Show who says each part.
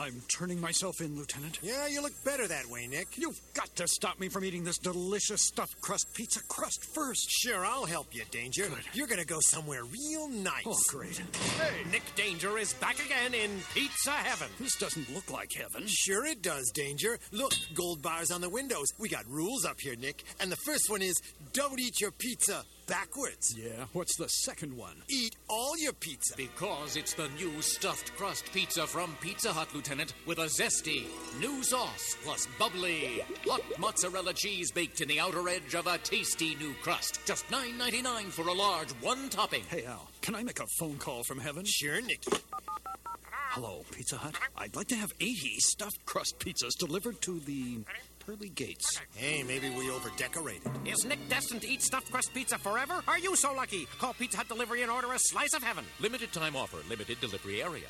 Speaker 1: I'm turning myself in, Lieutenant.
Speaker 2: Yeah, you look better that way, Nick.
Speaker 1: You've got to stop me from eating this delicious stuffed crust pizza crust first.
Speaker 2: Sure, I'll help you, Danger.
Speaker 1: Good.
Speaker 2: You're gonna go somewhere real nice.
Speaker 1: Oh, great.
Speaker 3: Nick Danger is back again in Pizza Heaven.
Speaker 1: This doesn't look like heaven.
Speaker 2: Sure, it does, Danger. Look, gold bars on the windows. We got rules up here, Nick. And the first one is don't eat your pizza backwards.
Speaker 1: Yeah, what's the second one?
Speaker 2: Eat all your pizza.
Speaker 3: Because it's the new stuffed crust pizza from Pizza Hut, Lieutenant, with a zesty new sauce plus bubbly hot mozzarella cheese baked in the outer edge of a tasty new crust. Just $9.99 for a large one topping.
Speaker 1: Hey, Al, can I make a phone call from heaven?
Speaker 2: Sure, Nick.
Speaker 1: Hello, Pizza Hut. I'd like to have 80 stuffed crust pizzas delivered to the pearly gates.
Speaker 2: Hey, maybe we overdecorated.
Speaker 4: Is Nick destined to eat stuffed crust pizza forever? Are you so lucky? Call Pizza Hut Delivery and order a slice of heaven.
Speaker 3: Limited time offer, limited delivery area.